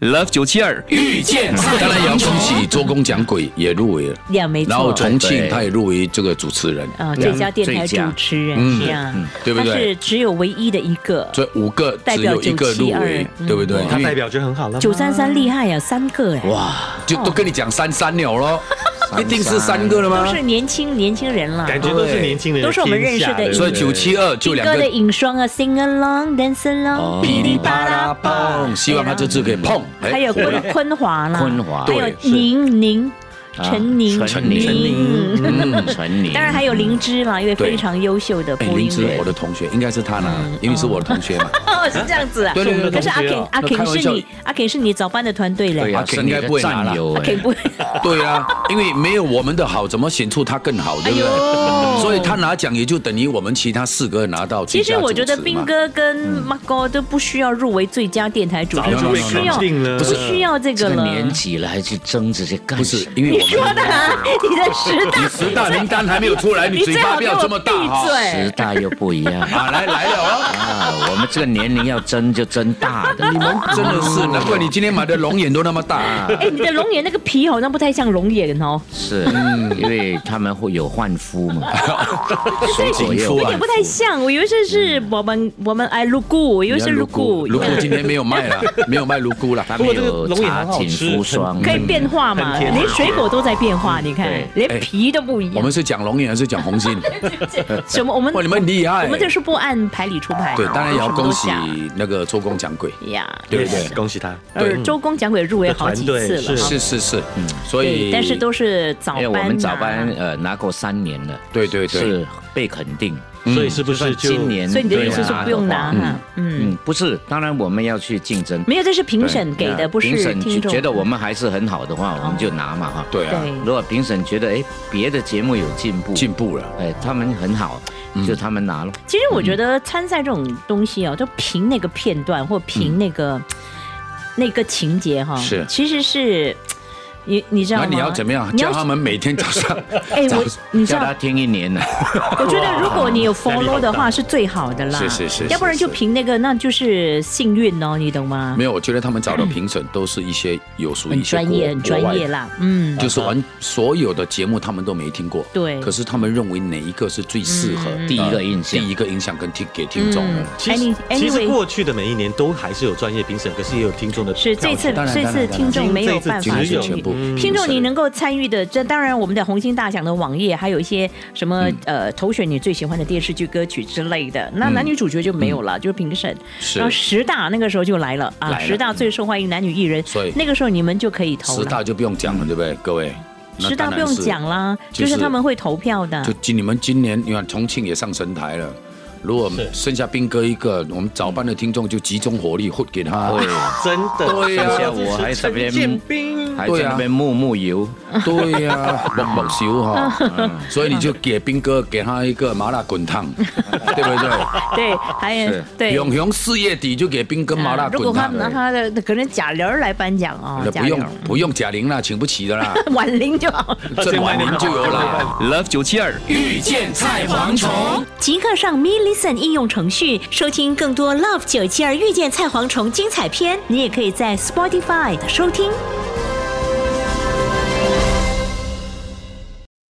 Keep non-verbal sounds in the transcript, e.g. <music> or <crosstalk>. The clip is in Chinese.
Love 九七二遇见蔡当然也要恭喜周公讲鬼也入围了，两没然后错。重庆他也入围这个主持人，啊，最佳电台最主佳持人嗯是啊嗯，对不他对是只有唯一的一个。所以五个代只表有一个入围972，嗯对不对？他因代为表就很好了嘛。九三三厉害呀，三个哎，哇，就都跟你讲三三了咯，一定是三个了都吗？是年轻年轻人了。感觉都是年轻人的都是我们认识的天下对所以对九七二就听两歌的个哦影双啊，sing along dance along，噼里啪啦砰，希望他这次可以碰。哎啊还有昆昆华啦，坤华还有对是宁宁、啊陈宁、陈宁陈宁嗯嗯，陈宁，当然还有灵芝啦，一位对非常优秀的哎，播林音芝员我。的同学应该是他呢，嗯因为是我的同学嘛。哦，是这样子啊。对对对可是阿同学 Ken 哦阿那开玩 Ken 是笑你阿 Ken 是你早班的团队对嘞，啊，呀是你应该不的会拿啦战友阿哎 Ken 不会，对啊，因为没有我们的好，怎么显出他更好，对不对？哎呦所以他拿奖也就等于我们其他四个拿到其最实佳主持嘛。嗯我觉得斌哥跟 m a g o 都不需要入围最佳电台主持人，早就不被哦需要肯定了不需要这这个个了。年纪了还去争这些干不什是么？，因为你我说们的啊，你的十大十大名单还没有出来，你你嘴最巴好不给要我这么大哈闭。时嘴！代又不一哎样啊，来来了 <laughs> 啊！ <laughs> 啊！我们这个年龄要争就争大的，你哦们真的是，难怪你今天买的龙眼都那么大、哎，你的龙眼那个皮好像不太像龙 <laughs> 眼哦，是因为他们会有换肤嘛，对，水果也有肤有啊点换哎不太像。我以为这是我们我们哎，露嗯菇，以为是露菇，如果今天没有卖了， <laughs> 没有卖卢菇了。他不们过这个有龙眼茶很好锦吃肤霜，可以变化嘛，很甜连水果都在变化，你看对，连皮都不一嗯哎我样们。是讲龙眼还是讲红 <laughs> 心？ <laughs> 什么？我们哇，你们很厉害我！们这是不按牌理出牌。啊对，当然也要恭喜什么都那个周公讲鬼。下呀。对不对恭喜他。呃，周公讲鬼入围好几次团队了，是哈是是是，嗯，所对，以但是都是早因为班呐。我们早班呃拿过三年了，对对对，是被肯定。所以是不嗯是就今年所以你的意思对啊是不用拿的话哈？嗯，嗯，不是，当然我们要去竞争。没有，这是评审给对的，不是评审听众哦觉得我们还是很好的话，我们就拿嘛哈。对啊，对如果评审觉得哎别的节目有进步，嗯进步了。哎他们很好，就他们拿了。其实我觉得参赛这种东西哦，就凭那个片段或凭那个、那个情节哈、是其实是你你知道那吗？你要怎么样你要叫他们每天早上？ <laughs> 哎、我你知叫道他，听一 <laughs> 年呢，啊我觉得如果你有压力好 follow 大的话是最好的啦，是是是是要不然就是凭那个那就是幸运哦，你懂吗没？有，我觉得他们找的评审都是一些有属于很一些专业，国很专业，啦，嗯国外的，就是完所有的节目他们都没听过。对可是他们认为哪一个是最适合嗯第一个印象第一个影响跟听给听众的嗯？其实 Any- 其实 anyway 过去的每一年都还是有专业评审，可是也有听众的是挑这次选当然这当次然听众没有办今法天这一次是只有参全与部嗯听众，你评审能够参与的，这当然我们的红星大奖的网页，还有一些什么、嗯呃投选你最喜欢的电视剧、歌曲之类的。那男女主角就没有了，就是评审。嗯是然后十大那个时候就来了啊，来了嗯十大最受欢迎男女艺人所以，那个时候你们就可以投十了。大就不用讲了，对不对，各位？那十大当不然用是讲啦，就就是是他们会投票的就。今你们今年，你看重庆也上神台了。如果是剩下斌哥一个，我们早班的听众就集中火力混给 <laughs> 他。真的，对呀这是我还在那边陈建斌 <laughs> 还在那边默默游，对呀、默默修 <laughs> 哈，嗯所以你就给斌哥给他一个麻辣滚 <laughs> 烫，对不对？ <laughs> 对，还有是对。啊永雄四月底就给斌哥麻辣啊如果滚他烫。拿他的可能贾玲儿来颁奖啊那，贾不玲用儿，不用贾玲啦，请不起的啦，婉玲就好。这晚年就有啦。 Love 九七二遇见菜蝗虫。即刻上 Me Listen 应用程序收听更多 Love 九七二遇见菜蝗虫精彩片，你也可以在 Spotify 收听。